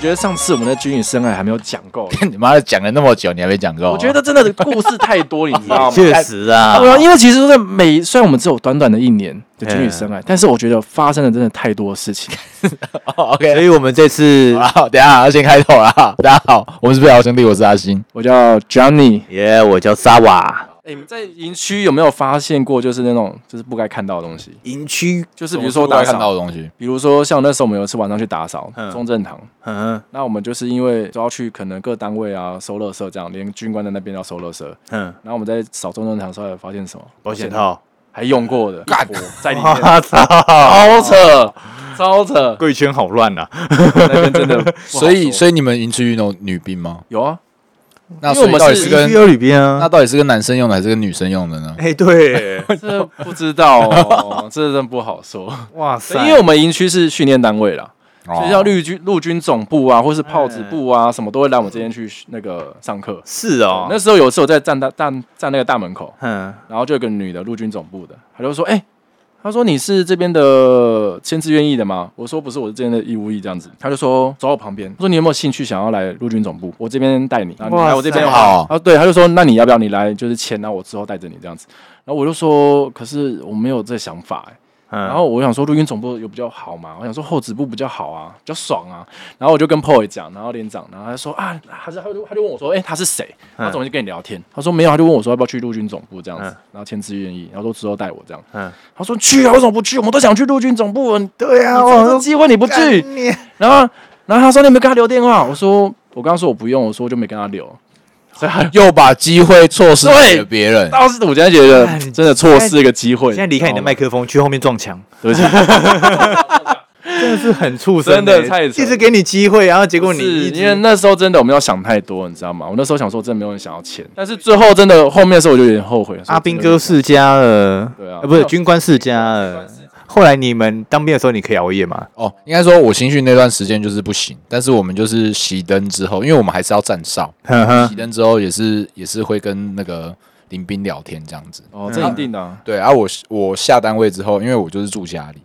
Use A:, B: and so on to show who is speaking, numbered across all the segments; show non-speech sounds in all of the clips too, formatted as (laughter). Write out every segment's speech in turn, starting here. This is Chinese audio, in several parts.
A: 觉得上次我们的军旅深爱还没有讲 (laughs) 够，
B: (laughs) 你妈的讲了那么久，你还没讲够？啊
A: 我觉得真的故事太多，你知道 (laughs) 吗？
B: 确实啊，
A: 哦对啊，因为其实，在每虽然我们只有短短的一年的军旅生涯，但是我觉得发生了真的太多事 (laughs) 情。
B: (laughs) 哦
C: 所
B: OK。
C: 以我们这次
B: 好啦，等一下要先开头啦。 (laughs) 大家好，我们是不老兄弟，我是阿星。
A: 我叫 Johnny。
C: 耶我叫萨瓦。
A: 哎、你们在营区有没有发现过，就是那种就是不该看到的东西？
C: 营区，
A: 就是比如说
B: 大
A: 打
B: 家看到
A: 扫，
B: 的东西，
A: 比如说像那时候我们有一次晚上去打扫
C: 嗯
A: 中正堂，
C: 嗯
A: 那我们就是因为都要去可能各单位啊收垃圾这样，连军官在那边要收垃圾。
C: 嗯，
A: 然后我们在扫中正堂的时候，还发现什么？
C: 保险套，
A: 还用过的，干在里面，
C: 我 (laughs) 操，
A: 超扯，超扯，
C: 贵圈好乱啊！
A: (laughs) 那边真的。
B: (laughs) 所以
A: 以
B: 所以你们营区有女兵吗？
A: 有啊，
B: 那
A: 因为
B: 所
A: 我
B: 以
A: 们
B: 到底
A: 是
B: 是
C: 跟
B: 跟
C: 有里边
B: 那
C: 啊，
B: 到底是跟男生用的还是跟女生用的呢？
C: (laughs) 哎，对，
A: 这不知道
B: (laughs)
A: 哦，这真不好说。
C: 哇
A: 对
C: 塞，
A: 因为我们营区是训练单位啦，所以像
B: 绿
A: 陆军陆军总部啊，或是炮子部
B: 哎
A: 啊，什么都会来我们这边去那个上课。
C: 是哦，
A: 那时候有一次我在站大站站那个大门口，
C: 嗯，
A: 然后就有个女的陆军总部的，她就说：“哎、她说你是这边的签字愿意的吗？”我说：“不是，我是这边的义务役这样子。”她就说：“走到我旁边，她说你有没有兴趣想要来陆军总部？我这边带你，然后你
C: 哇
A: 来我这边
C: 塞
A: 玩
B: 好
A: 啊，对，他就说那你要不要你来就是签，然后我之后带着你这样子。然后我就说，可是我没有这想法、欸。然
C: 然
A: 后我想说，陆军总部有比较好嘛？我想说后指部比较好啊，比较爽啊。然后我就跟 Paul 讲，然后连长，然后他就说啊，他就他就他就问我说，哎、他是谁？他怎么就跟你聊天？他说没有，他就问我说要不要去陆军总部这样子，
C: 嗯
A: 然后签字愿意，然后说之后带我这样。
C: 嗯，
A: 他说去啊，为什么不去？我们都想去陆军总部，
C: 对
A: 啊，
C: 啊，
A: 我
C: 我
A: 有
C: 都
A: 机会你不去，
C: 干你，
A: 然后，然后他说你有没有跟他留电话？我说我刚刚说我不用，我说我就没跟他留。所以他
B: 又把机会错失
A: 对
B: 给了别人，
A: 当时我现在觉得
C: 哎你
A: 真的错失一个机会。
C: 现在离开你的
B: 哦
C: 麦
A: 克，
C: 克风，去后面撞墙，
A: 对不起，
C: 真的是 (laughs) 很畜生欸，
A: 真的太扯
C: 一直给你机会，然后结
A: 不
C: 果你
A: 是
C: 一直
A: 因为那时候真的我们要想太多，你知道吗？我那时候想说真的没有人想要钱，但是最后真的后面的时候我就有点后悔。
C: 阿兵哥世家了，
A: 对啊
C: 呃不是军官世家了。后来你们当兵的时候，你可以熬夜吗？
B: 哦，应该说我新训那段时间就是不行，但是我们就是熄灯之后，因为我们还是要站哨，
C: 呵呵
B: 熄，灯之后也是也是会跟那个林兵聊天这样子。
A: 哦，这一定的
C: 嗯
A: 啊
B: 对，而、啊、我我下单位之后，因为我就是住家里，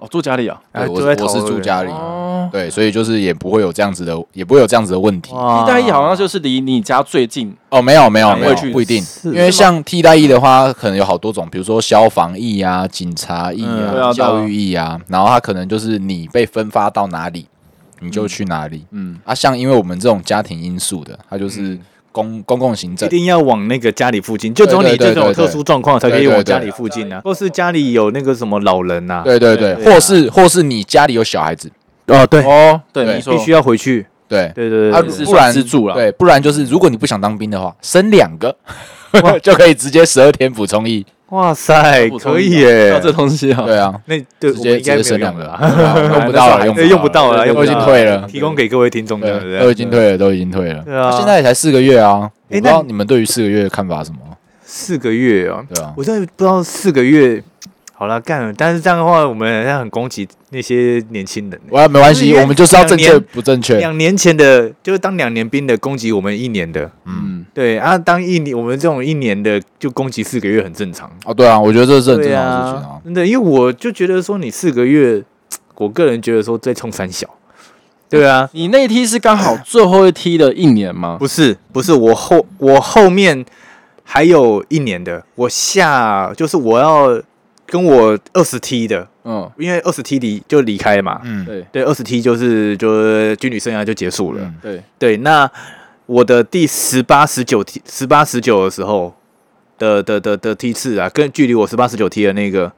A: 哦，住家里啊。
C: 啊
B: 对我
C: 住在
B: 我
C: 桃
B: 是住
C: 园
B: 家里，
A: 哦，
B: 对，所以就是也不会有这样子的，也不会有这样子的问题。
C: 哇
A: 一代一好像就是离你家最近
B: 哦，没有没有
A: 单
B: 没
A: 位
B: 有
A: 去，
B: 不一定，
C: 是
B: 因为像替代役的话，可能有好多种，比如说消防役啊、警察役
C: 嗯
B: 啊、
A: 对啊对啊
B: 教育役啊，然后他可能就是你被分发到哪里，你就去哪里。
A: 嗯
B: 嗯，啊，像因为我们这种家庭因素的，它就是公、公共行
C: 嗯一
B: 政，
C: 定要往那个家里附近，就只有
B: 对
C: 你
B: 对
C: 这
B: 对
C: 种
B: 对对
C: 特殊状况才可以
B: 对对
C: 往
B: 对
C: 家里附近啊，或是家里有那个什么老人呐，
B: 对对对，
C: 对对啊
B: 或是或是你家里有小孩子，
C: 哦对，
A: 哦，对，
B: 对
A: 没错，
C: 必须要回去，
B: 对。
C: 对对
B: 啊，
C: 对
A: 就
C: 对，
A: 是
B: 不
A: 算
B: 然
A: 资助啦
B: 对，不然就是如果你不想当兵的话，生两个 (laughs) 就可以直接十二天补充役。
C: 哇塞，
A: 补充
C: 可以
A: 一下
C: 耶
A: 要，这东西啊，
B: 对啊，
C: 那对哦
B: 直
C: 我
B: 接
C: 们应
B: 直
C: 该
B: 接
C: 没有
B: 生两
C: 用
B: 个
C: 了
B: 啦，
C: 啦，
B: 对啊用不到了，用
C: 哎用不到了，
A: 对
C: 用不
B: 都已经
C: 到
B: 退了
C: 提供给各位听众的，
B: 对，
C: 对
B: 都
C: 不对？
B: 已经退了，都已经退了。
C: 对啊
B: 他现在也才四个月啊，我不
C: 诶
B: 知道
C: 那
B: 你们对于四个月的看法是什么？
C: 四个月哦，
B: 对啊，
C: 我真的不知道四个月，好了干了，但是这样的话，我们好像很攻击那些年轻人欸。
B: 我要没关系
C: 因，为
B: 我们就是要正确
C: 两年
B: 不正确。
C: 两年前的，就是当两年兵的攻击我们一年的，
A: 嗯，
C: 对啊，当一年我们这种一年的就攻击四个月很正常，
B: 哦，对啊，我觉得这是很正
C: 对
B: 常的事情啊
C: 啊。，真的，因为我就觉得说你四个月，我个人觉得说在冲三小，对啊，
A: 你那一梯是刚好最后一梯的一年吗？
C: 不是不是，我后我后面还有一年的，我下就是我要跟我二十 T 的，
A: 嗯，
C: 因为二十 T 离就离开嘛，
B: 嗯，
A: 对
C: 对，二十 T 就是就是军旅生涯就结束了。
B: 嗯
A: 对，
C: 对，那我的第十八、十九 T、十八、十九的时候的的的的梯次啊，跟距离我十八、十九 T 的那个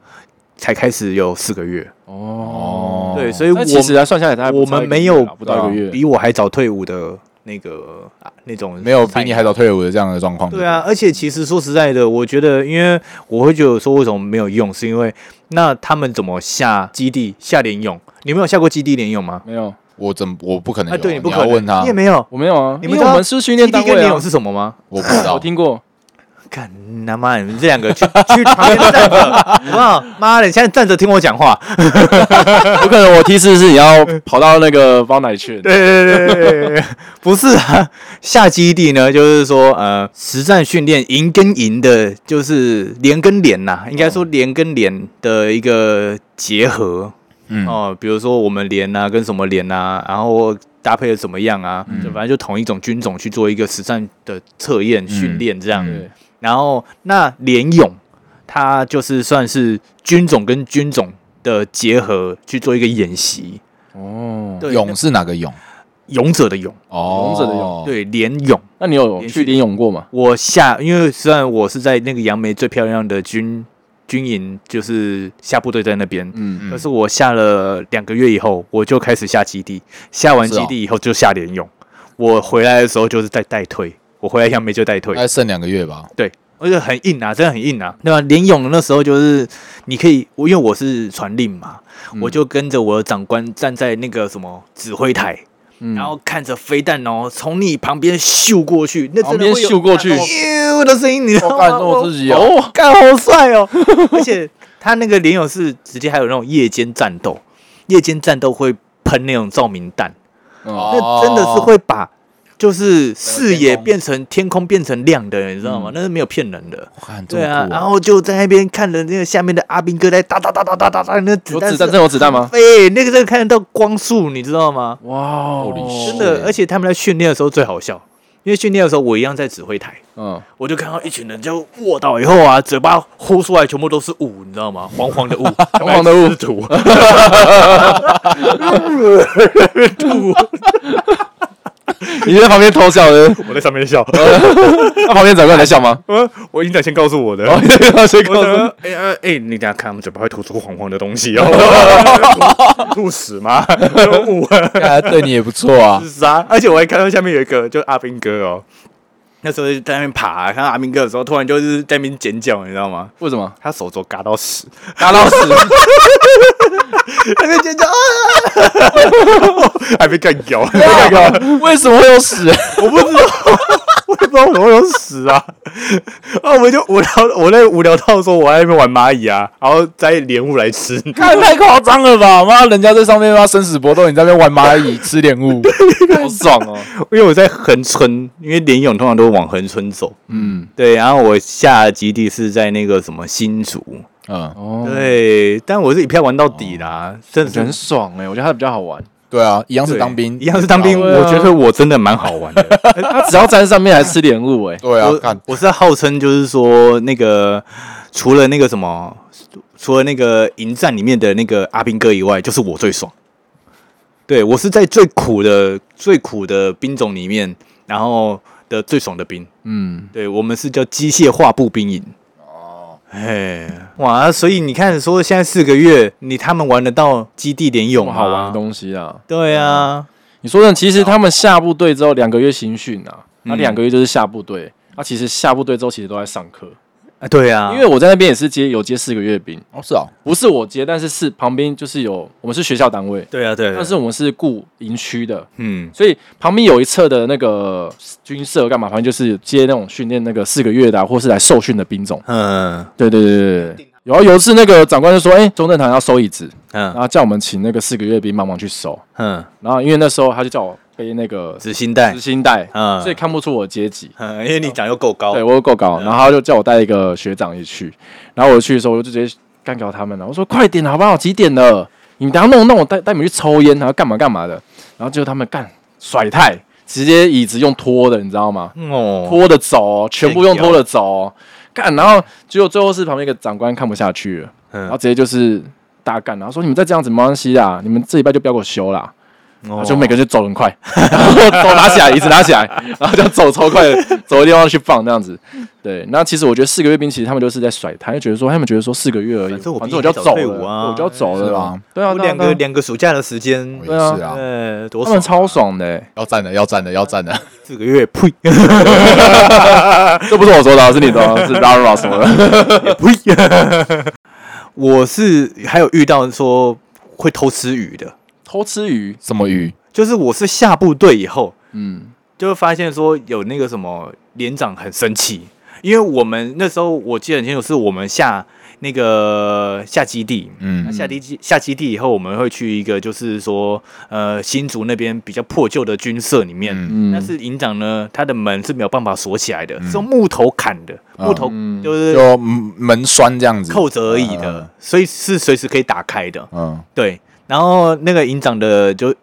C: 才开始有四个月。
A: 哦，
B: 哦，
C: 对，所以我
A: 那其实来算下来，大概不
C: 我
A: 到一
C: 们
A: 个
C: 没
A: 月
C: 有
A: 啦不到一个月，
C: 比我还早退伍的那个、啊、那种，
B: 没有比你还。早退伍的这样的状况。
C: 对啊，，而且其实说实在的，我觉得，因为我会觉得说为什么没有用，是因为那他们怎么下基地下联用？你没有下过基地联用吗？
A: 没有，
B: 我怎我不可能
C: 啊，
B: 有？
C: 对，你不可
B: 要
C: 能
B: 问他
C: 你也，没有。
A: 我没有啊，
C: 你
A: 因
C: 们
A: 为
C: 知道
A: 我们是训练
C: 基
A: 单
C: 地跟
A: 位
C: 联
A: 啊
C: 用，是什么吗？
B: 我不知
C: (laughs)
B: 道
A: 我。听过，
C: 看他妈，你们这两个去 (laughs) 去旁边站着，好不好？妈的，你现在站着听我讲话。
A: (laughs) 有可能我提示是你要跑到那个包奶去，
C: 对对对对对， (laughs) 不是啊。下基地呢，就是说呃，实战训练营跟营的，就是连跟连呐、应该说连跟连的一个结合
B: 嗯，
C: 哦啊哦、比如说我们连呐、跟什么连呐、然后搭配的怎么样啊？
B: 嗯
C: 就反正就同一种军种去做一个实战的测验训练这样。
B: 嗯
A: 对，
C: 然后那联勇，它就是算是军种跟军种的结合去做一个演习。
A: 哦，
C: 对，
B: 勇是哪个勇？
C: 勇者的勇，
B: 哦，
A: 勇者的勇，
C: 对，联勇。
A: 那你有
C: 连
A: 去
C: 续
A: 联泳过吗？
C: 我下，因为虽然我是在那个杨梅最漂亮的军军营，就是下部队在那边，
A: 嗯，
C: 可是我下了两个月以后，我就开始下基地，下完
B: 是哦
C: 基地以后就下联勇。我回来的时候就是在代退，我回来杨梅就代退
B: 大，概剩两个月吧。
C: 对，而且很硬啊，真的很硬哎啊。那联勇那时候就是你可以，我因为我是传令嘛，我就跟着我的长官站在那个什么指挥台，
A: 嗯
C: 然后看着飞弹哦从你旁边咻过去，那
A: 旁
C: 真的
A: 边
C: 会有
A: 咻过去
C: 咻的声音，你知道
A: 我干
C: 吗？
A: 我自己哦
C: 哦，干好帅哦！ (laughs) 而且他那个联勇是直接还有那种夜间战斗，夜间战斗会喷那种照明弹，
A: 哦，
C: 那真的是会把。就是视野变成天空变成亮的，你知道吗？
A: 嗯
C: 那是没有骗人的。
B: 看这
C: 对
B: 么
C: 啊，
B: 酷
C: 然
B: 哦，
C: 后就在那边看着那个下面的阿兵哥在哒哒哒哒哒哒哒，那子
A: 有
C: 弹
A: 子弹，
C: 是
A: 真有子弹吗？
C: 飞，那个真的看得到光束，你知道吗？
A: 哇哦
B: Holy shit
C: 真的，
B: 是
C: 而且他们在训练的时候最好笑，因为训练的时候我一样在指挥台，
A: 嗯，
C: 我就看到一群人就卧倒以后啊，嘴巴呼出来全部都是雾，你知道 (laughs) 吗？黄黄的雾，
A: 黄黄的雾
C: 白痴吐，吐，
A: 你在旁边偷笑的，
C: (laughs) 我在上面 (laughs) 笑，
A: 那旁边长官在笑 (laughs) 吗？
C: 呃我营长先告诉我的。
A: 哦，你在跟他谁告
C: (laughs) 我
A: 诉
C: 说
A: 你？
C: (laughs) 哎呀哎，你等下看他们嘴巴会吐出黄黄的东西哦， (laughs) 吐屎吗？雾
B: 看来 (laughs) 对你也不错啊
C: (laughs) 是。啥？而且我还看到下面有一个，就是阿兵哥哦，那时候就在那边爬，看到阿兵哥的时候，突然就是在那边尖叫，你知道吗？
A: 为什么？
C: 他手肘嘎到 (laughs) 屎，
A: 打到死， (laughs)
C: 那边尖叫啊，还被干 (laughs) 掉，啊
B: (laughs)
A: 为什么会有屎？
C: 我不知道，我也不知道我怎么有屎啊！啊，我就无聊，我在无聊到说我在那边玩蚂蚁啊，然后摘莲雾来吃，
B: 看太夸张了吧！妈，人家在上面妈生死搏斗，你在那边玩蚂蚁 (laughs) 吃莲雾，
A: 好爽哦！
C: 因为我在横村，因为莲泳通常都往横村走，
A: 嗯，
C: 对，然后我下基地是在那个什么新竹，
B: 嗯，
A: 哦，
C: 对，但我是一票玩到底啦，真
A: 我
C: 的
A: 觉得很
C: 是
A: 爽哎，我觉得他比较好玩。
B: 对啊，一样是
C: 对
B: 当兵，
C: 一样是当兵，
A: 对啊
C: 我觉得我真的蛮好玩的。
A: 他只要站上面还吃莲雾哎，
B: 对啊，
C: 我
B: 看
C: 我是号称就是说那个除了那个什么，除了那个营战里面的那个阿兵哥以外，就是我最爽。对我是在最苦的最苦的兵种里面，然后的最爽的兵。
A: 嗯，
C: 对我们是叫机械化步兵营。哦，嘿，哇！所以你看，说现在四个月，你他们玩得到基地联
A: 这
C: 勇
A: 么
C: 吗
A: 好玩的东西啊！
C: 对啊，
A: 你说的，其实他们下部队之后两个月新训啊，那两个月就是下部队。那其实下部队之后其实都在上课，
C: 啊对啊，
A: 因为我在那边也是接有接四个月兵，
B: 哦是哦，
A: 不是我接，但是是旁边就是有我们是学校单位，
C: 对啊，对啊，
A: 但是我们是雇营区的，
C: 嗯，
A: 所以旁边有一侧的那个军社干嘛，反正就是接那种训练那个四个月的、啊，或是来受训的兵种。
C: 嗯
A: 对对对对对。然后有一次那个长官就说：“哎、中正堂要收椅子，然
C: 嗯
A: 后叫我们请那个四个月兵帮忙去收。
C: 嗯，”
A: 然后因为那时候他就叫我背那个
C: 执行带
A: 执，行带，
C: 嗯
A: 所以看不出我阶级。
C: 嗯，因为你长又够高，
A: 对哦我又够高，
C: 嗯
A: 然后他就叫我带一个学长一起去，然后我去的时候我就直接干掉他们了，我说快点好不好？几点了？你们等一下弄一弄，我带带你们去抽烟，然后干嘛干嘛的，然后结果他们干甩太，直接椅子用拖的，你知道吗？
C: 哦，
A: 拖的走哦，全部用拖的走哦，干，然后结果最后是旁边一个长官看不下去了，然后
C: 嗯，
A: 直接就是大干，然后说你们再这样子没关系啦，你们这礼拜就不要给我休啦。
C: 哦
A: 然后就每个人就走得很快， (laughs) 然后手拿起来，椅子拿起来， (laughs) 然后就走超快的， (laughs) 走的地方去放这样子。对，那其实我觉得四个月兵其实他们就是在甩他，就觉得说他们觉得说四个月而已，
C: 反正我
A: 反
C: 比
A: 正我
C: 你
A: 就要
C: 早
A: 走
C: 退
A: 了，
C: 伍啊
A: 对我就要走
B: 是
A: 了
B: 吧
A: 啊。对啊，
C: 我
A: 对啊
C: 两个
A: 对啊
C: 两个暑假的时间
B: 我，
A: 对啊
B: 也是啊，
C: 呃，多
A: 啊他们
C: 少
A: 超爽的欸，
B: 要站的，要站的，要站的，
C: 四个月，呸， (laughs)
A: 这不是我说的啊，是你
C: (laughs)
A: 的啊，是 Lara 说的。
C: 呸，我是还有遇到说会偷吃鱼的，
A: 偷吃鱼，
B: 什么鱼？
C: 就是我是下部队以后，
A: 嗯，
C: 就会发现说有那个什么连长很生气，因为我们那时候我记得很清楚，是我们下那个下基地，那
B: 嗯，
C: 下基地下基地以后，我们会去一个就是说，呃，新竹那边比较破旧的军舍里面，
B: 嗯
C: 但是营长呢，他的门是没有办法锁起来的，是用木头砍的，木头
A: 嗯
C: 就是
B: 就门门栓这样子，
C: 扣着而已的，所以是随时可以打开的。
B: 嗯，
C: 对，然后那个营长的就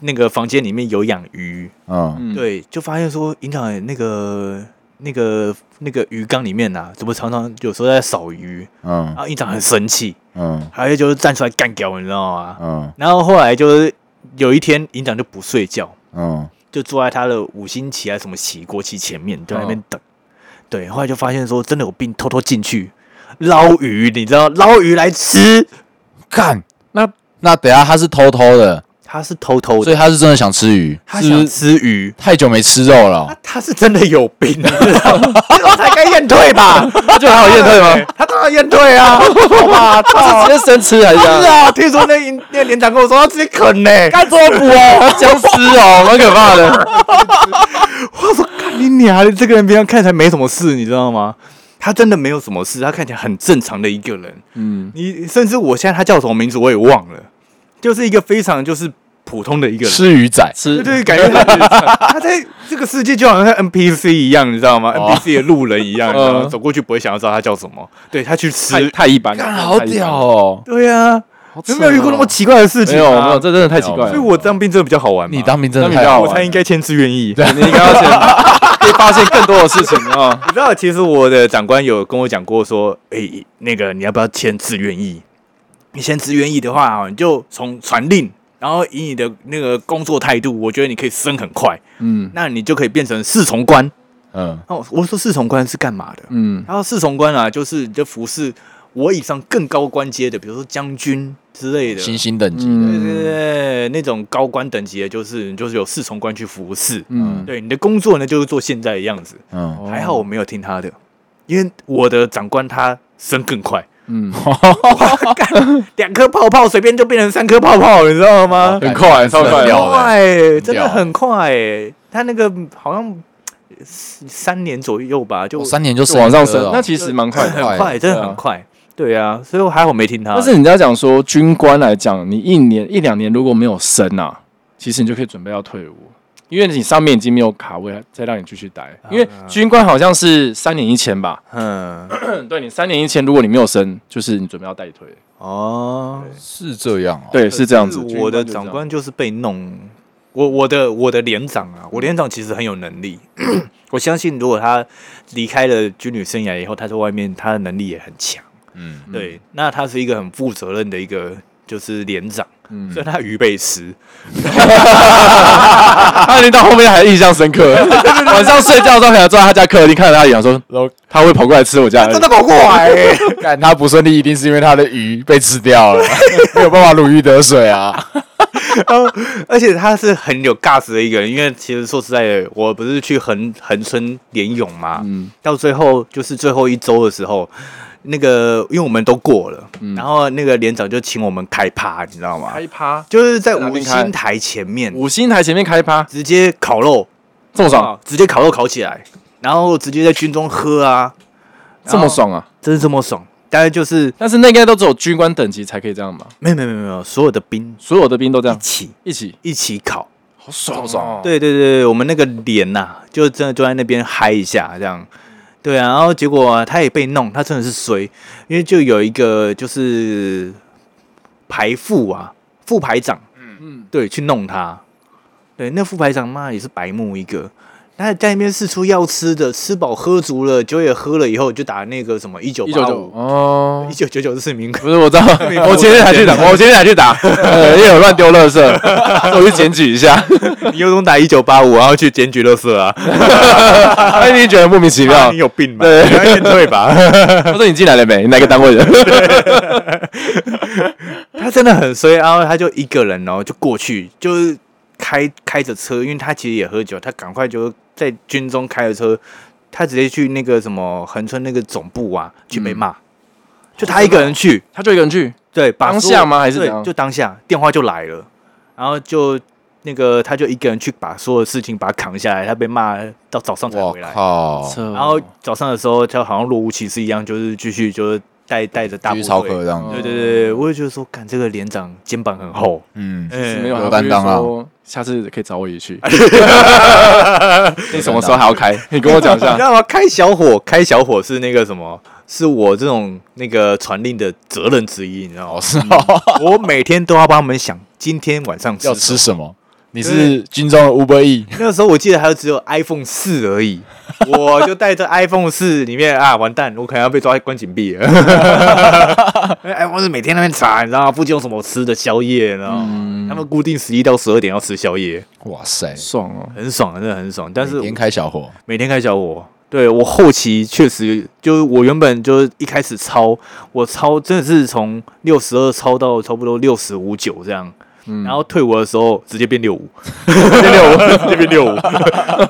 C: 那个房间里面有养鱼，
B: 嗯，
A: 嗯
C: 对，就发现说营长那个那个那个鱼缸里面呐、怎么常常有时候在扫鱼，
B: 嗯
C: 然后营长很生气，
B: 嗯
C: 还有就是站出来干掉，你知道吗？
B: 嗯
C: 然后后来就是有一天营长就不睡觉，
B: 嗯
C: 就坐在他的五星旗还是什么旗国旗前面，就在那
B: 嗯
C: 边等。对，后来就发现说真的有病，偷偷进去捞鱼，你知道捞鱼来吃，
B: 干
A: 那
B: 那等一下他是偷偷的，
C: 他是偷偷
B: 所
C: 的，
B: 以他是真的想吃鱼，
C: 他
B: 是不
C: 想
B: 是
C: 吃鱼。
B: 太久没吃肉
C: (laughs)
B: 了哦。
C: 他是真的有病，你知道吗我才该验退吧？
B: (laughs) 就还有验退吗？
C: 他当然验退
B: (laughs)
C: 啊！好吧，操！
A: 直接生吃还是这样
C: (laughs) 是？啊，听说那营那连长跟我说他直接啃呢、
A: 干怎么补啊？僵尸哦，蛮可怕
C: (laughs)
A: 的。
C: 我说看你娘，你这个人平常看起来没什么事，你知道吗？他真的没有什么事，他看起来很正常的一个人。
A: 嗯，
C: 你甚至我现在他叫什么名字我也忘了，就是一个非常就是普通的一个人。
B: 吃鱼仔，
A: (laughs) 吃
C: 对对，感觉他很他在这个世界就好像像 NPC 一样，你知道吗
B: 哦
C: ？NPC 的路人一样，你知道吗
A: 嗯
C: 走过去不会想要知道他叫什么。对他去吃，
A: 太太一般了，
B: 干好
A: 太一般
B: 屌
A: 了！
B: 哦！
C: 对啊，
A: 好扯哦
C: 有没有遇过那么奇怪的事情、
A: 没
C: 啊？
A: 有没有，这真的太奇
B: 没有
A: 怪
C: 所以
A: 了。
C: 我当兵真的比较好玩嘛。
B: 你当兵真的
A: 那你
B: 太
A: 比较
B: 好
A: 好
C: 我
B: 玩
A: 玩
C: 才应该签自愿意。
A: 你应该
C: (laughs)
A: 要先可以发现更多的事情啊。
C: 你知道，其实我的长官有跟我讲过说，诶，那个你要不要签自愿役？你签自愿役的话哦，你就从传令，然后以你的那个工作态度，我觉得你可以升很快，
A: 嗯
C: 那你就可以变成侍从官。
B: 嗯
C: 哦，我说侍从官是干嘛的？
A: 嗯
C: 然后侍从官啊，就是你就服侍我以上更高官阶的，比如说将军之类的。
B: 新兴等级的，
C: (laughs) 对
A: 嗯
C: 对对，那种高官等级的，就是你就是有侍从官去服侍。
A: 嗯，
C: 对，你的工作呢就是做现在的样子。
A: 哦
B: 嗯，
C: 还好我没有听他的，因为我的长官他升更快， (laughs)
A: 嗯，
C: 两颗泡泡随便就变成三颗泡泡，你知道吗？
A: 很快，超快哦
B: 很
A: 的，
B: 屌欸
C: 快、真
B: 屌
C: 的
B: 欸
C: 很快、欸。他那个好像三三年左右吧，就
A: 哦
B: 我三年就
A: 往上
B: 升一
A: 升
B: 颗，哦
A: 那其实蛮快的。
C: 很
B: 很快
C: 快，真的
A: 对啊
C: 很快。对啊，所以我还好没听他。
A: 但是人家讲说，军官来讲，你一年一两年如果没有升啊，其实你就可以准备要退伍，因为你上面已经没有卡位再让你继续待。因为军官好像是三年一签吧？
C: 嗯，
A: 嗯，对你三年一签，如果你没有升，就是你准备要代退。
C: 哦，
B: 是这样哦。
A: 对，是这样子。啊
C: 可是我的
A: 军
C: 长
A: 官
C: 官就是被弄，我我的我的连长啊，我连长其实很有能力。 (clears throat) 我相信，如果他离开了军旅生涯以后，他在外面他的能力也很强。
B: 嗯，
C: 对，那他是一个很负责任的一个就是连长，
A: 嗯
C: 所以他鱼被吃。
A: (laughs) 他已经到后面还印象深刻，晚上睡觉的时候可能坐在他家客厅看着他一眼，说他会跑过来吃我家的，
C: 跑过来、
B: (laughs) 干他不顺利，一定是因为他的鱼被吃掉了，没有办法如鱼得水啊。
C: (laughs) 而且他是很有尬死的一个人，因为其实说实在的，我不是去横横村联勇嘛，
A: 嗯
C: 到最后就是最后一周的时候，那个因为我们都过了，然后那个连长就请我们开趴，你知道吗？
A: 嗯开趴，
C: 就是在
A: 在哪
C: 五
A: 边开
C: 星台前面
A: 五星台前面开趴，
C: 直接烤肉，
A: 这么爽，
C: 啊直接烤肉烤起来，然后直接在军中喝啊，
A: 这么，爽啊！
C: 真是这么爽。当然就是
A: 但是那应该都只有军官等级才可以这样吧？
C: 没有没有没有没有，所有的兵
A: 所有的兵都这
C: 一
A: 样
C: 起
A: 一起，
C: 一起烤。
A: 好爽哦好爽！，
C: 对对对对，我们那个连呐、就真的就在那边嗨一下这样。对啊，然后结果、他也被弄，他真的是衰，因为就有一个就是排副啊，副排长，
A: 嗯，
C: 对，去弄他。对，那副排长妈也是白目一个，他在那边四处要吃的，吃饱喝足了，酒也喝了以后，就打那个什么一九
A: 一九
C: 八
A: 九
C: 五、
A: 哦
C: 一，九九九是民国
A: 不是我知道，我前天才去打，我前天才去 (laughs) 打，呃因为有乱丢垃圾， (laughs) 所以我去检举一下，
C: (laughs) 你有种打一九八五，然后去检举乐色 (laughs) 啊？
A: 他一定哎觉得莫名其妙
C: 你。有病吧？
A: 对
C: 你要验退吧？
A: 他说你进来了没？你哪个单位的？
C: 他真的很衰，然后他就一个人，然后就过去，就是开开着车，因为他其实也喝酒，他赶快就在军中开着车，他直接去那个什么横村那个总部啊去被骂，
B: 嗯
C: 就他一个人去，
A: 他就一个人去，
C: 对，把
A: 当
C: 所有
A: 下吗还是怎
C: 对，
A: 样
C: 就当下电话就来了，然后就那个他就一个人去把所有事情把他扛下来，他被骂到早上才
B: 我
C: 回来，
B: 靠，
A: 然
C: 然后早上的时候他好像若无其事一样，就是继续就是带带着大
B: 继
C: 部
B: 续超
C: 队
B: 客。这样子，
C: 对对对，我也觉得说，干这个连长肩膀很厚，
B: 嗯，
C: 哎
A: 没有
B: 有担当啊
A: 他会说下次可以找我一起 (laughs) 去。你什么时候还要开？你跟我讲一
C: 你
A: (laughs)
C: 知
A: 下。
C: 道吗？开小火，开小火是那个什么，是我这种那个传令的责任之一，你知道吗嗯
B: 哦？是哦，
C: 我每天都要帮他们想今天晚上
B: 要
C: 吃
B: 吃什么？你是军中的 Uber E，
C: 那个时候我记得还有只有 iPhone 四而 (laughs) 已，我就带着 iPhone 四里面啊，完蛋，我可能要被抓关禁闭 (laughs) 了。iPhone 四每天在那边查，你知道吗？附近有什么吃的宵夜，你知道吗？他们固定十一到十二点要吃宵夜，
B: 哇塞，
A: 爽哦！
C: 很爽，真的很爽。但是
B: 连开小火，
C: 每天开小我，对我后期确实就是我原本就是一开始抄，我抄真的是从六十二抄到差不多六十五九这样。然后退伍的时候直接变六五，直接六五， (laughs) 直接变六五。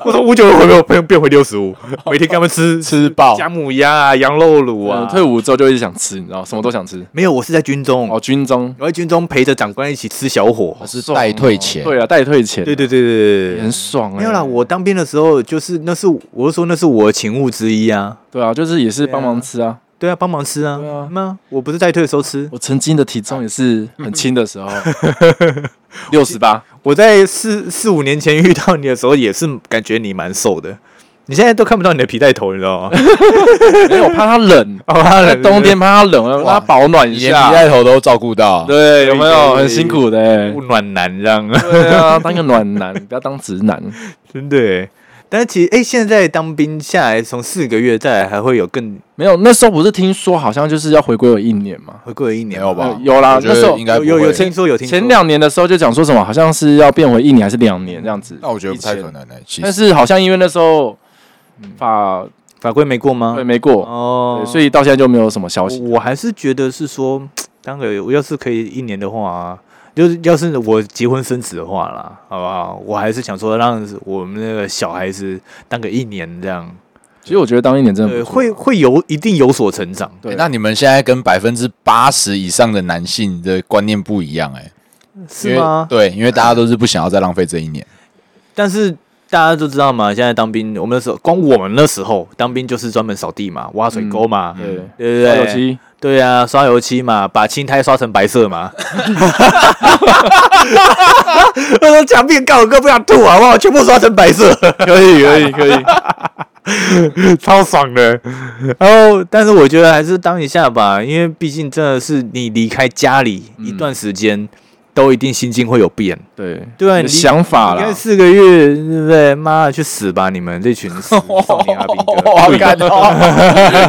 C: 我说五九回没有变回六十五，每天跟他们吃
B: 吃爆
C: 姜母鸭啊、羊肉卤啊
A: 我。退伍之后就一直想吃，你知道，什么都想吃。
C: 没有，我是在军中，
A: 哦，军中
C: 我在军中陪着长官一起吃小火。
A: 是
B: 代退前
A: 对啊，代退前，
C: 对对对对对
A: 很爽欸。
C: 没有啦，我当兵的时候就是那是我是说那是我的勤务之一啊。
A: 对啊，就是也是
C: 对啊
A: 帮忙吃啊。
C: 对啊，帮忙吃啊。
A: 对啊
C: 那我不是在退的时候吃，
A: 我曾经的体重也是很轻的时候，六十八，
C: 我在四四五年前遇到你的时候，也是感觉你蛮瘦的。你现在都看不到你的皮带头，你知道吗？
A: (laughs) 因为我怕它冷，
C: 好吧
A: 在冬天怕它冷，我要让它保暖一
B: 你连
A: 下
B: 皮。带头都照顾到，
A: 对，有没有
C: 对
A: 很辛苦的欸？
C: 暖男这样，
A: (laughs) 对啊，当个暖男，不要当直男。
C: 真的耶。但是其实，哎、现在当兵下来，从四个月再来，还会有更
A: 没有，那时候不是听说好像就是要回归我一年嘛？呃
C: 回归一
B: 没
C: 年
B: 有吧？
A: 有啦
B: 我觉得
A: 那时候
B: 应该
C: 有有有
B: 前，
C: 听说有听说
A: 前，两年的时候就讲说什么，好像是要变回一年还是两年这样子。
B: 那我觉得不太
A: 以前
B: 可能呢。欸其
A: 但
B: 实
A: 是好像因为那时候法
C: 法规没过吗？
A: 对没过，
C: 哦
A: 对，所以到现在就没有什么消
C: 我
A: 息。
C: 我还是觉得是说，当个我要是可以一年的话、啊，就是要是我结婚生子的话啦，好不好？我还是想说让我们那个小孩子当个一年这样，
A: 其实我觉得当一年真的
C: 对，
A: 不错
C: 会会有一定有所成长。
A: 对
B: 欸那你们现在跟百分之八十以上的男性的观念不一样，哎，因
C: 是
B: 为
C: 吗？
B: 对，因为大家都是不想要再浪费这一年。
C: 但是大家都知道嘛，现在当兵，我们那时候光我们那时候当兵就是专门扫地嘛，挖水沟嘛，
A: 对
C: 对
A: 刷
C: 对
A: 油
C: 对，
A: 漆，
C: 对啊，刷油漆嘛，把青苔刷成白色嘛。我说墙壁告我哥不想吐好不好？全部刷成白色，
A: 可以可以可以，
C: (laughs) 超爽的。然后，但是我觉得还是当一下吧，因为毕竟真的是你离开家里一段时间，都一定心境会有变。
A: 对
C: 对啊
A: 你的
C: 你
A: 想法
C: 应
A: 啦
C: 该。四个月，对不对？妈的，去死吧你们这群 (laughs) 死少年阿兵
B: (laughs)
C: 哥！对
B: 看到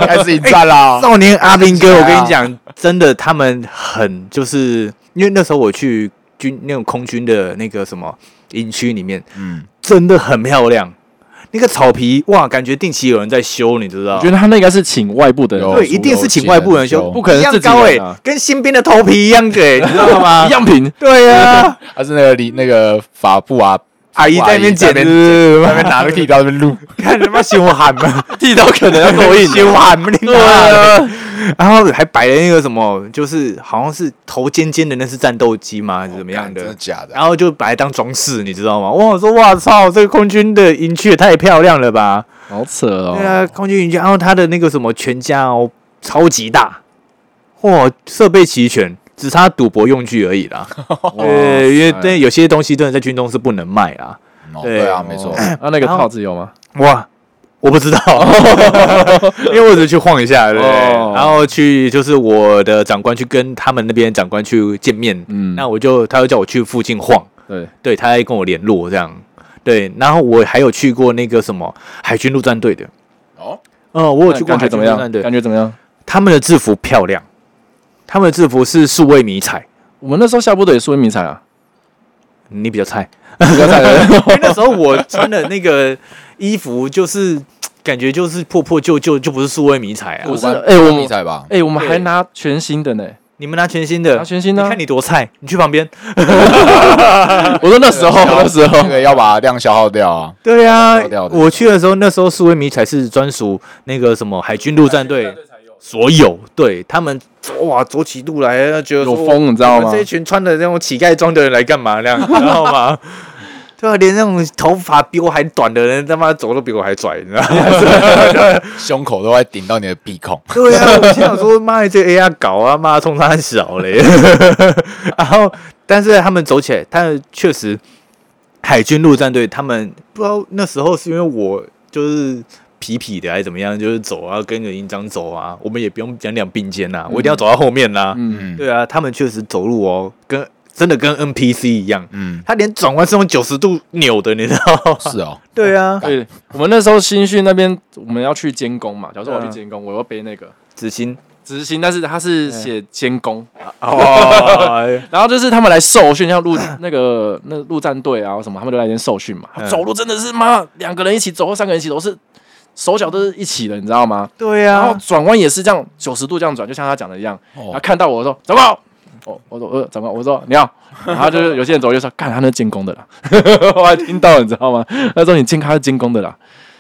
B: 开始引战啦！
C: 少年阿兵哥，
B: 啊
C: 我跟你讲，真的，他们很就是因为那时候我去军那种空军的那个什么营区里面，
B: 嗯，
C: 真的很漂亮。那个草皮哇，感觉定期有人在修，你知道
A: 我？觉得他那应该是请外部的人
B: 有
A: 来
C: 对，
A: 修，
C: 一定是请外部人
B: 有
C: 修，
A: 不可能
C: 一样
A: 自己
C: 高哎、
A: 人啊
C: 跟新兵的头皮一样的、欸，你知道吗 (laughs)
A: 一？样平，
C: 对呀、 (laughs)
B: 他是那个里那个法布啊，
C: 阿姨在那边剪，
B: (laughs) 在
C: 是不是
B: 那边拿个剃刀在那边录，
C: 看他妈凶喊 (laughs) 吗？。
A: 剃刀可能要够硬
C: 凶喊吗？你妈
A: 对
C: 的！
A: 啊，
C: 然后还摆了那个什么，就是好像是头尖尖的，那是战斗机吗？还是怎么样
B: 啊真的
C: 的？
B: 假的？
C: 然后就把它当装饰，你知道吗？哇，我说哇操，这个空军的营区也太漂亮了吧！
A: 好扯哦。
C: 对啊，空军营区，然后它的那个什么全家哦，超级大，哇，设备齐全，只差赌博用具而已 (laughs) 啦。
A: 哇
C: 对，哎因为
A: 塞
C: 但有些东西真的在军中是不能卖啦。
B: 哦
C: 对
B: 对啊，没错。
A: 那那个
C: 然后
A: 套子有吗？
C: 哇，我不知 (laughs) 道，因为我只是去晃一下，对不对
A: 哦
C: 然后去就是我的长官去跟他们那边长官去见面，
A: 嗯，
C: 那我就他就叫我去附近晃，
A: 对，
C: 对他还跟我联络这样，对，然后我还有去过那个什么海军陆战队的，
B: 哦，
C: 嗯，我有去过
A: 感
C: 海
A: 觉怎
C: 军
A: 么
C: 陆战
A: 样？
C: 队，
A: 感觉怎么样？
C: 他们的制服漂亮，他们的制服是数位迷彩，
A: 我们那时候下部队也是迷彩啊，
C: 你比较菜，
A: 不要再了
C: (laughs) 因为那时候我穿的那个衣服就是感觉就是破破旧旧，就不是数位迷彩啊
A: 不。是
B: 们
A: 哎我们
B: 比赛吧，
A: 哎，我们还
C: 对
A: 拿全新的呢，
C: 你们拿全新的，
A: 拿全新的啊
C: 你看你多菜，你去旁边。
A: 我说那时候，哦那时候
B: 啊那个要把量消耗掉啊。
C: 对啊
B: 掉掉，的
C: 我去的时候，那时候数位迷彩是专属那个什么海军陆战队所有，对他们哇走起路来，觉得说
A: 有风，你知道
C: 我
A: 吗
C: 们这？一群穿的那种乞丐装的人来干嘛？那样，你知道吗？对啊，连那种头发比我还短的人，他妈走都比我还拽，你知道吗？
B: 胸口都快顶到你的鼻孔。
C: 对啊，我心想说，妈的，这 AI 搞啊，妈冲他小嘞。 (laughs) 然后，但是他们走起来，但确实海军陆战队，他们不知道那时候是因为我就是痞痞的还是怎么样，就是走啊，跟着营长走啊，我们也不用两两并肩呐、我一定要走到后面呐、
A: 嗯，
B: 嗯，
C: 对啊，他们确实走路哦，跟真的跟 NPC 一样，
B: 嗯，
C: 他连转弯是用九十度扭的，你知道吗？
B: 是哦，
C: 对 (laughs) 啊，
A: 对，我们那时候新训那边我们要去监工嘛，假如说我去
C: 嗯
A: 监工，我要背那个
C: 子欣
A: 执行，但是他是写监工，
C: (laughs) 哦，
A: 然后就是他们来受训，像陆 (clears throat) 那个那陆战队啊什么，他们都来这边受训嘛。
C: 嗯
A: 走路真的是妈两个人一起走或三个人一起走，是手脚都是一起的，你知道吗？
C: 对
A: 然后
C: 啊，
A: 转弯也是这样九十度这样转，就像他讲的一样。然后
B: 哦，
A: 看到我说怎么？我我说呃怎么？我说你好，然后就是有些人走就说看他那监工的啦， (laughs) 我还听到你知道吗？他说你监他是监工的啦，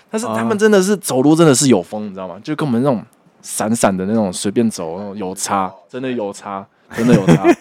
A: 但是他们真的是走路真的是有风，你知道吗？就跟我们那种闪闪的那种随便走那种有差，真的有差，真的有差。 (laughs)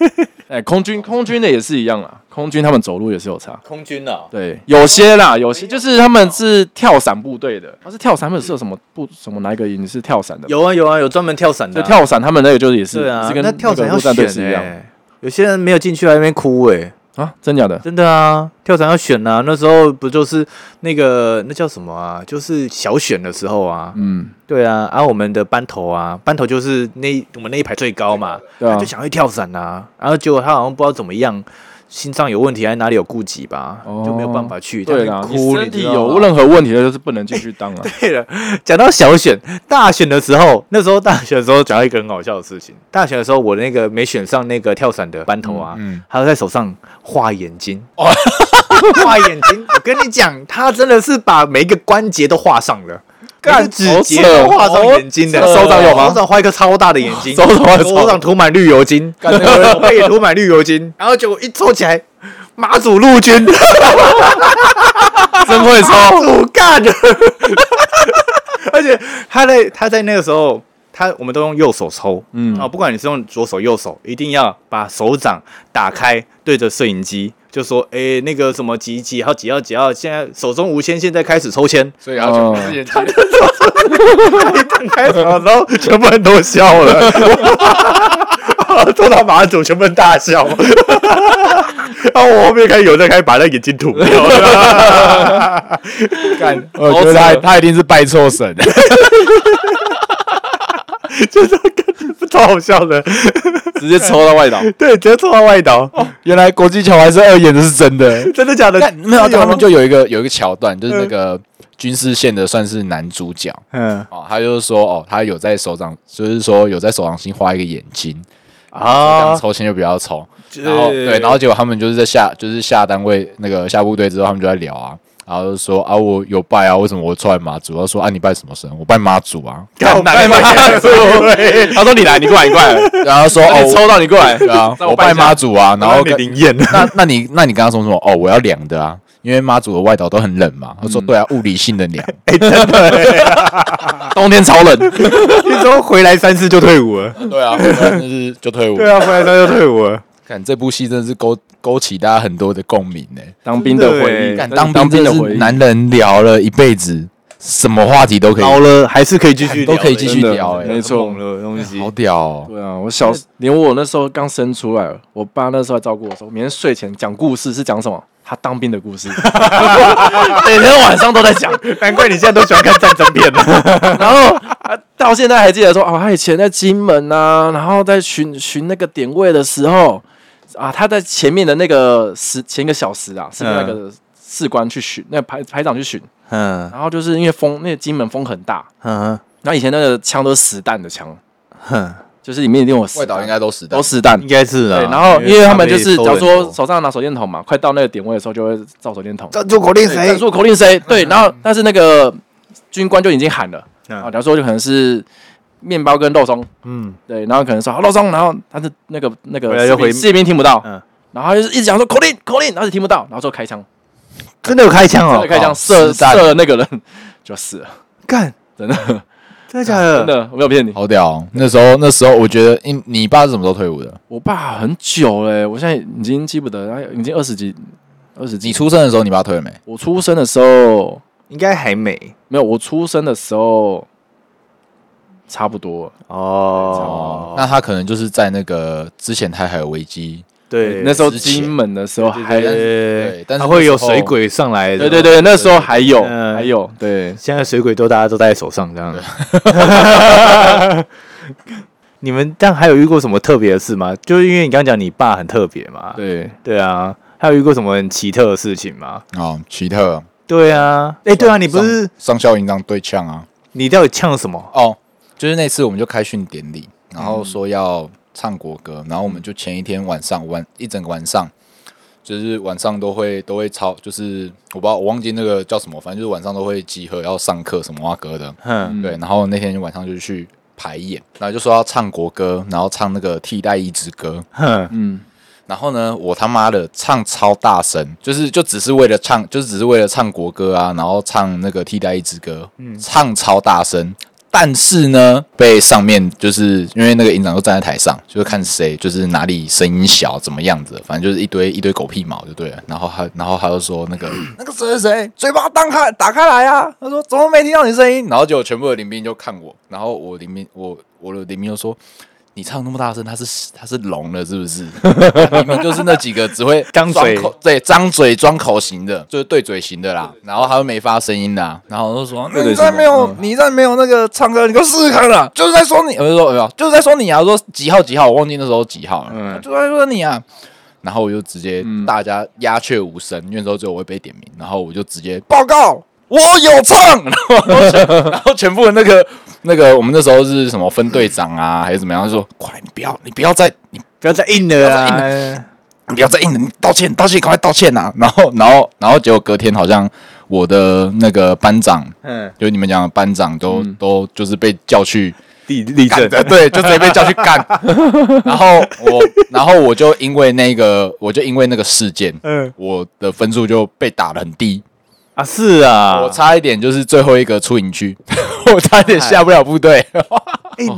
A: 哎，空军空军的也是一样啦，空军他们走路也是有差。
C: 空军啊，
A: 对，有些啦，有些就是他们是跳伞部队的，他是跳伞，他们是有什么部什么哪一个营是跳伞的？
C: 有啊有啊，有专门跳伞的
A: 就
C: 啊，
A: 跳伞，他们那个就是也是，
C: 对啊
A: 是，跟
C: 那跳伞
A: 那个
C: 要
A: 陆战队是
C: 选
A: 一样
C: 欸，有些人没有进去还在那边哭哎，
A: 啊，真假的？
C: 真的啊，跳伞要选啊，那时候不就是那个那叫什么啊，就是小选的时候啊，
A: 嗯，
C: 对啊，啊我们的班头啊，班头就是那我们那一排最高嘛，
A: 对啊
C: 就，想去跳伞啊，然后结果他好像不知道怎么样，心脏有问题还是哪里有顾忌吧，
A: 哦
C: 就没有办法去，
A: 对
C: 他
A: 啦，
C: 就
A: 你
C: 哭，
A: 身体
C: 知道吗
A: 有任何问题的，就是不能继续
C: (laughs)
A: 当啊。
C: 对了，讲到小选、大选的时候，那时候大选的时候讲到一个很好笑的事情。大选的时候，我那个没选上那个跳伞的班头啊，
B: 嗯，
C: 他在手上画眼睛，
A: 哦
C: (laughs) 画眼睛。我跟你讲，他真的是把每一个关节都画上了。
A: 干哦
C: 每个指节都画上眼睛的，
A: 好扯手掌有吗
C: 手掌画一个超大的眼睛，
A: 手掌画超大
C: 手掌涂满绿油精，
A: 干那个
C: 手背也涂满绿油精，然后结果一抽起来，马祖陆军，
A: 真会抽，
C: 超主干的。而且他在他在那个时候，他我们都用右手抽，嗯，
A: 嗯
C: 啊，不管你是用左手右手，一定要把手掌打开，对着摄影机。就说，哎、那个什么几几号几号几号，现在手中无签，现在开始抽签。
B: 所以他全部是眼睛，
C: 一旦开始的时候，全部人都笑了， (laughs) 坐到马祖，全部人大笑。 (laughs) 然后我后面开始有在开始把那眼睛吐掉 (laughs) 了，
B: 干， (laughs) 我觉得他他一定是拜错神，
C: 超好笑的。
A: 直接抽到外岛。
C: 对，直接坐到外岛，
B: (laughs) 原来国际桥还是二演的是真的，
C: 真的
A: 呃
C: 假的哎
B: 但？没有，
C: 真的
B: 他们
C: 吗
B: 就有一个有一个桥段，就是那
A: 嗯
B: 个军事线的算是男主角
C: 嗯
B: 哦，他就是说哦，他有在手掌，就是说有在手掌心画一个眼睛，这样
C: 啊，
B: 抽签就不要抽。
C: 就
B: 然后对，然后结果他们就是在下就是下单位那个下部队之后，他们就在聊啊。然后就说啊，我有拜啊，为什么我出来妈祖？他说啊，你拜什么神？我拜妈祖啊。
A: (laughs)
C: 干 (laughs) 拜马祖，
A: 他说你来，你过来，你过来，
B: 然后他说
A: 那
B: 哦，
A: 你抽到你过来
B: 对啊，
A: (laughs) 那
B: 我
A: 我拜
B: 拜
A: 一下
B: 妈祖啊。然后
C: 你 (laughs)
B: 跟
C: 灵验
B: (laughs) 那那你那你跟他说什么？哦，我要凉的啊，因为妈祖的外岛都很冷嘛。他
A: 嗯
B: 说对啊，物理性的凉。
C: 哦
A: 冬天超冷。
C: (laughs) 一周回来三次就退伍了。
B: (laughs) 对啊，就是就退伍。
C: 对啊，回来三次就退伍了。
B: 看这部戏真的是勾勾起大家很多的共鸣呢、
A: 当兵的回忆，真
B: 干
A: 的
B: 当兵真的
A: 回
B: 是
A: 忆。
B: 男人聊了一辈子，什么话题都可以，
C: 老了还是可以继续聊，
B: 都可以继续聊哎、
A: 真的没错
C: 很猛的东西
B: 好。屌哦、
A: 对啊，我小连我那时候刚生出来，我爸那时候还照顾我说，每天睡前讲故事是讲什么？他当兵的故
C: (laughs)
A: 事，每天晚上都在讲。
C: 难怪你现在都喜欢看战争片了。
A: 然后 (laughs) 啊，到现在还记得说，哦，他以前在金门啊，然后在寻寻那个点位的时候，啊，他在前面的那个时前一个小时啊，是跟那个士官去巡，那个排排长去巡，
C: 嗯
A: 然后就是因为风，那个金门风很大，
C: 嗯
A: 然后以前那个枪都是实弹的枪，
C: 哼，
A: 就是里面一定有实
B: 外岛
A: 弹
B: 应该都死
A: 都
B: 的，
A: 实弹
C: 应。该是啊。
A: 对，然嗯后因为他们就是，假如说
C: 手
A: 手上拿手电筒嘛，快到那个点位的时候就会照手电筒，
C: 战住口令
A: 对战术口令谁？对，
B: 嗯
A: 然后但是那个军官就已经喊了，
C: 嗯
A: 啊，假如说就可能是面包跟肉松，
C: 嗯，
A: 对，然后可能说好哦肉松，然后他的那个那
C: 回来
A: 个
C: 就
A: 士
C: 回
A: 兵士兵听不到
C: 嗯，
A: 然后他就是一直讲说口令口令，然后就听不到，然后就开枪，
C: 真的有开枪
A: 真
C: 哦
A: 的，开枪
B: 哦
A: 射
B: 实弹
A: 射了那个人就死了，
C: 干，
A: 真的 (laughs)
C: 真的假的？
A: 真的我没有骗你，
B: 好屌哦、那时候那时候我觉得，你你爸是什么时候退伍的？
A: 我爸很久嘞，我现在已经记不得，然后已经二十几二十
B: 你
A: 几，
B: 出生的时候你爸退了没？
A: 我出生的时候。
C: 应该还没
A: 没有，我出生的时候差不多。
C: 哦。
B: 那他可能就是在那个之前台海危机，
C: 对，
A: 那时候
B: 之前
A: 金门的时候还，对
C: 对
B: 但是
C: 它会有
B: 那时候
C: 水鬼上来的。
A: 对对对，那时候还有
C: 嗯
A: 还有对，
C: (laughs) 现在水鬼都大家都戴在手上这样。你们但还有遇过什么特别的事吗？就是因为你刚刚讲你爸很特别嘛，
A: 对，
C: 对啊，还有遇过什么很奇特的事情吗？
B: 哦，奇特，
C: 对啊，哎、对啊，你不是
B: 上校营长对呛啊？
C: 你到底呛什么？
B: 哦，就是那次我们就开训典礼，然后说要唱国歌，然后我们就前一天晚上晚一整个晚上，就是晚上都会都会操，就是我不知道我忘记那个叫什么，反正就是晚上都会集合要上课什么啊歌的，
C: 嗯，
B: 对，然后那天晚上就去排演，然后就说要唱国歌，然后唱那个替代役之歌，
C: 哼，
A: 嗯，
B: 然后呢，我他妈的唱超大声，就是就只是为了唱，就是只是为了唱国歌啊，然后唱那个替代役之歌，唱超大声。但是呢，被上面就是因为那个营长都站在台上，就是看谁就是哪里声音小怎么样子，反正就是一堆一堆狗屁毛就对了。然后他然后他就说那个那个谁谁谁嘴巴当开打开来啊，他说怎么没听到你声音？然后结果全部的林兵就看我，然后我林兵我我的林兵就说。你唱那么大声，他是他是聋了是不 (laughs) 是？明明就是那几个只会
C: 张嘴
B: 装口，对，张嘴装口型的，就是对嘴型的啦。然后他又没发声音的啊、然后我就说
C: 对嗯
B: 你
C: 嘴
B: 再
C: 型的
B: 没有，你再没有那个唱歌，你给我试试看啦。就是在说你，我就说没有，就是在说你啊，我说几号几号，我忘记那时候几号了，
C: 嗯
B: 就在说你啊。然后我就直接大家鸦雀无声，因为那时候只有我会被点名，然后我就直接报告。我有唱，然后全然后全部的那个那个，我们那时候是什么分队长啊，还是怎么样？他说快，你不要，你不要再，你
C: 不要再硬了
B: 不要
C: 啊！
B: 你不要再硬了，你道歉，道歉，赶快道歉呐、然后，然后，然后，结果隔天好像我的那个班长，
C: 嗯，
B: 就是你们讲的班长都，都就是被叫去
C: 立立 (laughs)
B: 干
C: 正，
B: 的，对，就直接被叫去干。然后我，然后我就因为那个，我就因为那个事件，
C: 嗯
B: 我的分数就被打得很低，
C: 啊，是啊，
B: 我差一点就是最后一个出营区， (laughs) 我差一点下不了部队。
C: 哎、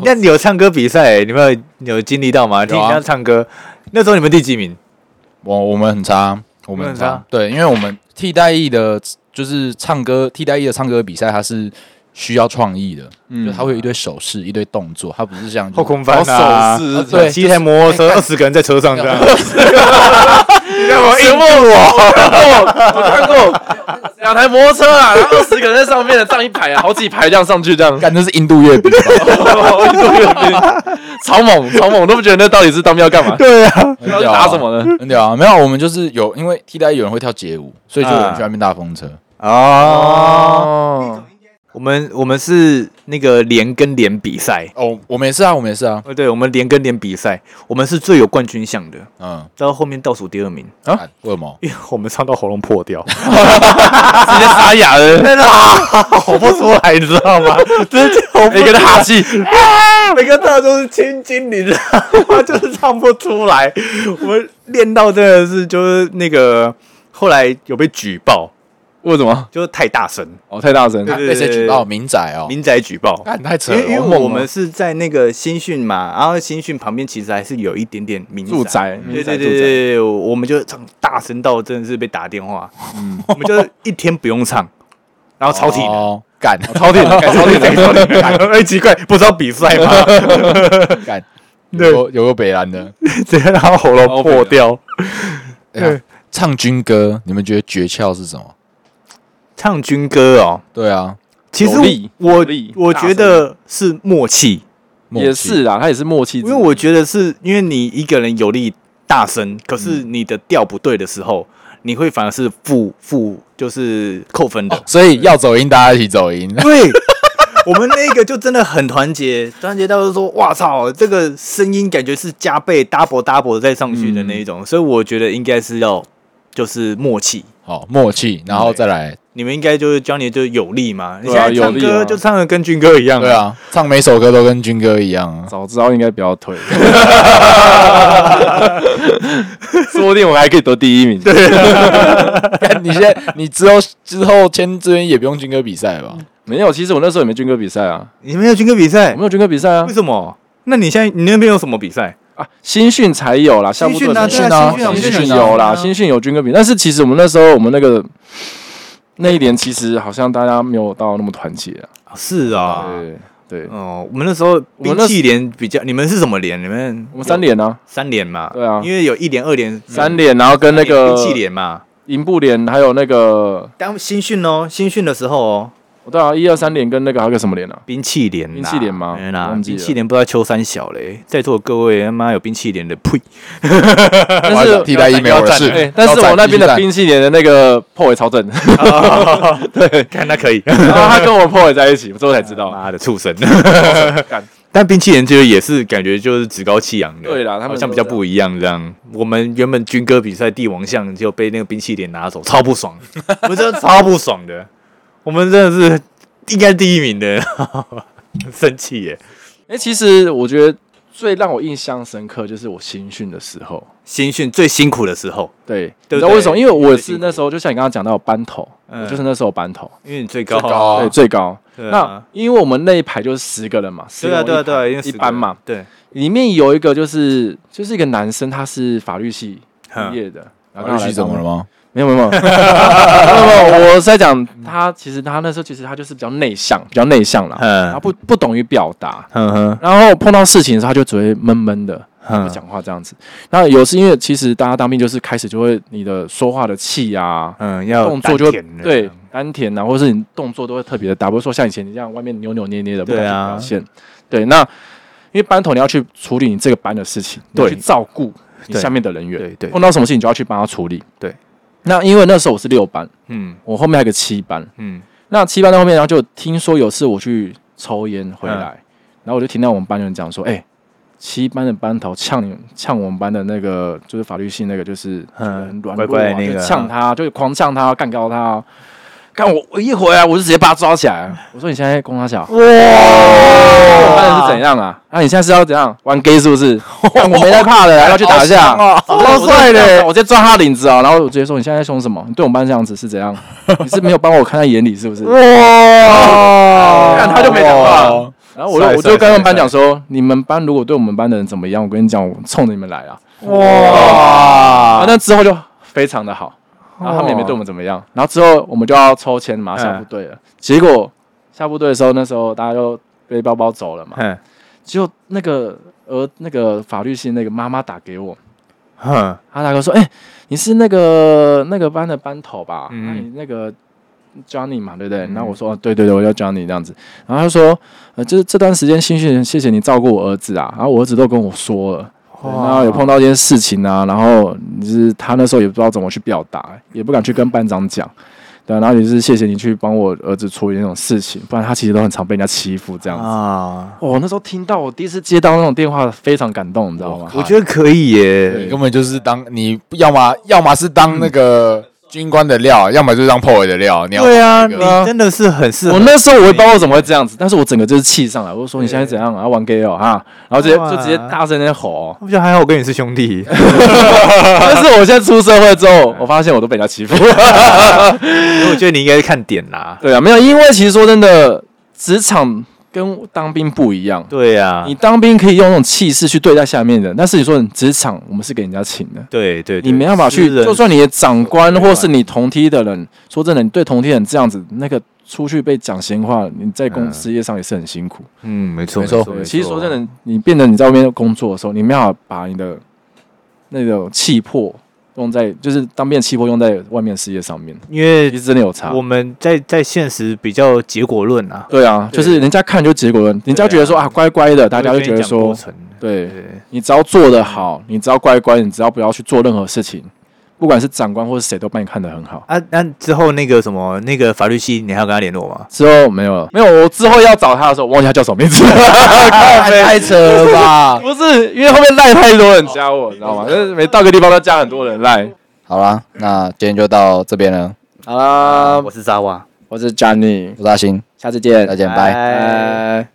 C: 那你有唱歌比赛、你们有你有啊嗯经历到吗？听人家唱歌，那时候你们第几名？
B: 我我们很差，啊我们很
C: 你们很
B: 差
C: 差，
B: 对，因为我们替代役的，就是唱歌替代役的唱歌比赛，它是需要创意的，就它会有一堆手势、一堆动作，它不是哦像
C: 嗯后空翻
A: 搞
C: 啊，
A: 手势
B: 对
C: 七台摩托车，二十个人在车上这 (laughs) 样。你干嘛硬
A: 哎我看过，我看过， (laughs) 两台摩托车啊，然后二十个人在上面的站一排啊，好几排这样上去这样，
B: 干那是印度乐比 (laughs) 吧，
A: 超猛超猛，我都不觉得那到底是当兵要干嘛，
C: 对啊，
B: 很
A: 要
B: 屌啊
A: 打什？么呢？
B: 很屌啊！没有，我们就是有，因为替代役有人会跳街舞，所以就有人
C: 啊
B: 去外面搭风车。
C: 哦，
A: 哦，
C: 我们我们是那个连跟连比赛，
B: 哦，我们也是啊，我们也是啊，
C: 哦，对，我们连跟连比赛，我们是最有冠军相的，
B: 嗯
C: 到后面倒数第二名，
A: 啊
B: 啊，为什么？
C: 因为我们唱到喉咙破 (laughs) 掉，
A: 直接沙哑了，
C: (laughs) 真的吼不出来，你知道吗？真的吼不
A: 每个人哎哈气，
C: (laughs) 每个大家都是千金，你知道吗？就是唱不出来。我们练到真的是就是那个，后来有被举报，
A: 为什么？
C: 就是太大声，
A: 哦，太大声
B: 啊
C: 对
B: 被谁举报？民仔哦，
C: 民宅举报。
B: 干太扯
C: 因
B: 了，
C: 为因为
B: 好猛哦
C: 我们是在那个新训嘛，然后新训旁边其实还是有一点点民
A: 住宅，
C: 对
A: 民
C: 对
A: 宅
C: 对
A: 住
C: 对
A: 宅，
C: 对，我我们就唱大声到真的是被打电话，嗯，我们就一天不用唱，然后超体能。
B: 哦干
A: 超挺
C: (laughs)
A: 的，超挺的，
C: 哎，奇怪，不知道比赛吗？
B: 哦干，
C: (laughs) 对
B: 有有个北兰的。
C: 直接让他喉咙破掉。
B: 哎呀唱军歌，你们觉得诀窍是什么？
C: 唱军歌哦，
B: 对啊，
C: 其实
A: 有力有
C: 我
A: 力
C: 我
A: 大
C: 觉得是默契，
B: 默
A: 也
B: 契
A: 是啦，他也是默契
C: 因
A: 之一，
C: 为我觉得是因为你一个人有力大声，可是
A: 嗯
C: 你的调不对的时候，你会反而是负负就是扣分
A: 哦
C: 的。
B: 哦所以要走音，大家一起走音。
C: (laughs)
B: (laughs)
C: 对，我们那个就真的很团结，团结到是说，哇操，这个声音感觉是加倍 double double 再上去的那一
A: 嗯
C: 种，所以我觉得应该是要就是默契。
B: 好，哦默契，然后再来。
C: 你们应该就是 Johnny 就有力嘛，你
A: 对
C: 现
A: 啊
C: 在唱
A: 有力
C: 歌
A: 啊
C: 就唱的跟军歌一样，
B: 对，啊，唱每首歌都跟军歌一样
A: (laughs)
B: 啊。
A: 早知道应该不要退， (laughs) 说不定我还可以得第一名。对，
B: 干哎你现在你之后之后签这边也不用军歌比赛吧？
A: 没有，其实我那时候也没军歌比赛啊，
C: 你们有军歌比赛
A: 我没，有军歌比赛啊
C: 为，什么？那你现在你那边有什么比赛？
A: 啊，新训才有啦，下部队
C: 新训啊
A: 才有
B: 对啊新训啊
A: 新
B: 新
A: 训
B: 训啊
A: 有啦，
C: 对啊
A: 新训有军歌比赛，但是其实我们那时候我们那个那一年其实好像大家没有到那么团结啊，
C: 是啊，
A: 对对，
C: 哦，我们那时候
A: 我们
C: 兵
A: 那
C: 器连比较，你们是什么连？你们
A: 我们三连啊，
C: 三连嘛？
A: 对啊
C: 因为有一连、二连、嗯
A: 三连，然后跟那
C: 连
A: 个
C: 兵器连嘛。
A: 营部连还有那个
C: 当新训哦，新训的时候哦，
A: 对啊，一二三连跟那个还有个什么
C: (laughs)
A: 连啊？
C: 冰淇淋啦，
A: 冰淇淋吗
C: 哎啦
A: 忘，记了
C: 冰淇淋不知道秋山小嘞，在座各位他妈有冰淇淋的， (laughs) 呸！
A: 但是
B: 替代一没有的
A: 哎、
B: 事，
A: 但是我那边的
B: 冰。
A: 冰淇淋的那个破也超正， (laughs) 然
C: 对， (laughs) 看那可以，
A: 后他跟我破也在一起，我最后才知
C: (laughs)
A: 道。
C: 妈的畜生！
A: 干
C: (laughs) 但冰淇淋就是也是感觉就是趾高气扬的，
A: 对啦他们
C: 好像比
A: 都
C: 较
A: 这样
C: 不一样这样。我们原本军歌比赛帝王像就被那个冰淇淋拿走，超不
A: (laughs)
C: 爽，我真的超不爽的。我们真的是应该第一名的， (laughs) 生气耶！
A: 哎、其实我觉得最让我印象深刻就是我新训的时候，
C: 新训最辛苦的时候，
A: 对，
C: 对不对
A: 你知道为什么？因为我
C: 最辛
A: 是
C: 苦
A: 那时候，就像你刚刚讲到班头，
C: 嗯
A: 我就是那时候班头，
C: 因为你最高啊，
B: 最高啊
A: 对，最高。
C: 对
A: 那
C: 啊
A: 因为我们那一排就是十个人嘛，十
C: 对
A: 个
C: 啊，
A: 人
C: 对啊，
A: 一排
C: 对啊，因为
A: 一
C: 十个
A: 班
C: 人
A: 嘛，，
C: 对，
A: 里面有一个就是就是一个男生，他是法律系
C: 嗯
A: 毕业的，然后刚
B: 律
A: 好来
B: 师
A: 找
B: 怎
A: 我
B: 么了
A: 们？
B: 吗？
A: 没有没有没 (laughs) 有没有没有，我是在讲他，其实他那时候其实他就是比较内向，比较内向啦，然后
C: 嗯
A: 不不懂于表达，
C: 嗯哼，
A: 然后碰到事情的时候他就只会闷闷的。不
C: 嗯
A: 讲话这样子，那有是因为其实大家当兵就是开始就会你的说话的气啊，
C: 嗯，要
A: 动作就
C: 丹田的
A: 对丹田啊，或是你动作都会特别的大，不是说像以前你这样外面扭扭捏捏的不敢
C: 对
A: 去
C: 啊
A: 表现。对，那因为班头你要去处理你这个班的事情，你要
C: 对
A: 去照顾你
C: 对
A: 下面的人哦员，
C: 对对
A: 碰到什么事情你就要去帮他处理。
C: 对，
A: 那因为那时候我是六班，
C: 嗯
A: 我后面还有个七班，
C: 嗯
A: 那七班到后面，然后就听说有次我去抽烟回来，
C: 嗯
A: 然后我就听到我们班人讲说，哎、七班的班头呛你，呛我们班的那个就是法律系那个，就是
C: 嗯
A: 觉得很软弱啊
C: 乖乖那个
A: 就呛他，就狂呛他，干高他。干我，我一回来我就直接把他抓起来。我说你现在攻他小，哇，
C: 哦
A: 班人是怎样啊？哦那、你现在是要怎样玩 gay 是不
C: (laughs)
A: 是？干我没在怕的，要去打一下，
C: 哦
A: 超帅的，我直接抓他领子啊，然后我直接说你现在在凶什么？你对我们班这样子是怎样？你是没有把我看在眼里是不是？
B: 哇
A: 看他就没讲啊话
B: 哇
A: 然后我就
C: 帅
A: 我就
C: 帅
A: 跟他
C: 帅
A: 们班讲说，你们班如果对我们班的人怎么样，我跟你讲，我冲着你们来啊！
C: 哦
A: 啊，
C: 哇，
A: 那之后就非常的好，然后他们也没对我们怎么样。然后之后我们就要抽签嘛，下部队了。结果下部队的时候，那时候大家就背包包走了嘛，
C: 嗯
A: 结果那个呃那个法律系那个妈妈打给我，
C: 哼。
A: 他大哥说：“哎、你是那个那个班的班头吧？
C: 嗯
A: 那你那个 Johnny 嘛，对不对？”然后我说：“哦对对对，我叫 Johnny 这样子。”然后他说：“呃，就是这段时间新训，谢谢你照顾我儿子啊。然后我儿子都跟我说了，对然后有碰到一件事情啊，然后就是他那时候也不知道怎么去表达，也不敢去跟班长讲。”对啊，然后也是谢谢你去帮我儿子处理那种事情，不然他其实都很常被人家欺负这样子。
C: 啊，
A: 哦我、那时候听到，我第一次接到那种电话，非常感动，你知道吗？
C: 我觉得可以
B: 你
C: 耶。
B: 根本就是当你要么要么是当那个军官的料，要么就是当 PO 的料。你要
C: 对啊，
B: 这
C: 你
B: 个
C: 真的是很适合。
A: (laughs) 我那时候我也不知道我怎么会这样子，但是我整个就是气上来，我就说你现在怎样啊，玩 gay 哦哈，然后直接
C: 哇
A: 就直接大声在吼
C: (laughs)
A: 哦、
C: 我觉得还好，我跟你是
A: (laughs)
C: 兄弟。
A: 但是我现在出社会之后，我发现我都被人家欺负。
C: (laughs) 因为我觉得你应该看点啦。
A: 对啊，没有，因为其实说真的，职场跟当兵不一样，
C: 对啊呀
A: 你，当兵可以用那种气势去对待下面的人，但是你说你职场，我们是给人家请的。
C: 对对，对
A: 你没办法去，
C: 私人
A: 就算你的长官或是你同梯的人，说真的，你对同梯人这样子，那个出去被讲闲话，你在公
C: 嗯
A: 事业上也是很辛苦。
C: 嗯，没错
B: 没错
A: 对，其实说真，的，你变得你在外面工作的时候，你没有把你的那种气魄用在，就是当面气魄用在外面事业上面，
C: 因
A: 其
C: 为
A: 实真的有差
C: 我。们在在现实比较结果论啊，
A: 对啊，就是人家看就结果论，人家觉得说啊乖乖的，大家就觉得
C: 我
A: 说
C: 跟你讲过，程
A: 对
C: 对
A: 你只要做得好，你只要乖乖，你只要不要去做任何事情，不管是长官或是谁都把你看得很好。
C: 啊，那之后那个什么那个法律系，你还要跟他联络吗？
A: 之后没有了，没有。我之后要找他的时候，我忘记他叫什么名字。
B: 太扯了吧！
A: (laughs) 不是因为后面赖太多人加我，你知道吗？就是每到个地方都加很多人赖。
B: 好啦，那今天就到这边了。
A: 好啦，
C: 我是扎瓦，
A: 我是 Johnny，
B: 我是阿星，
A: 下次见，
B: 再见，拜。
A: 拜。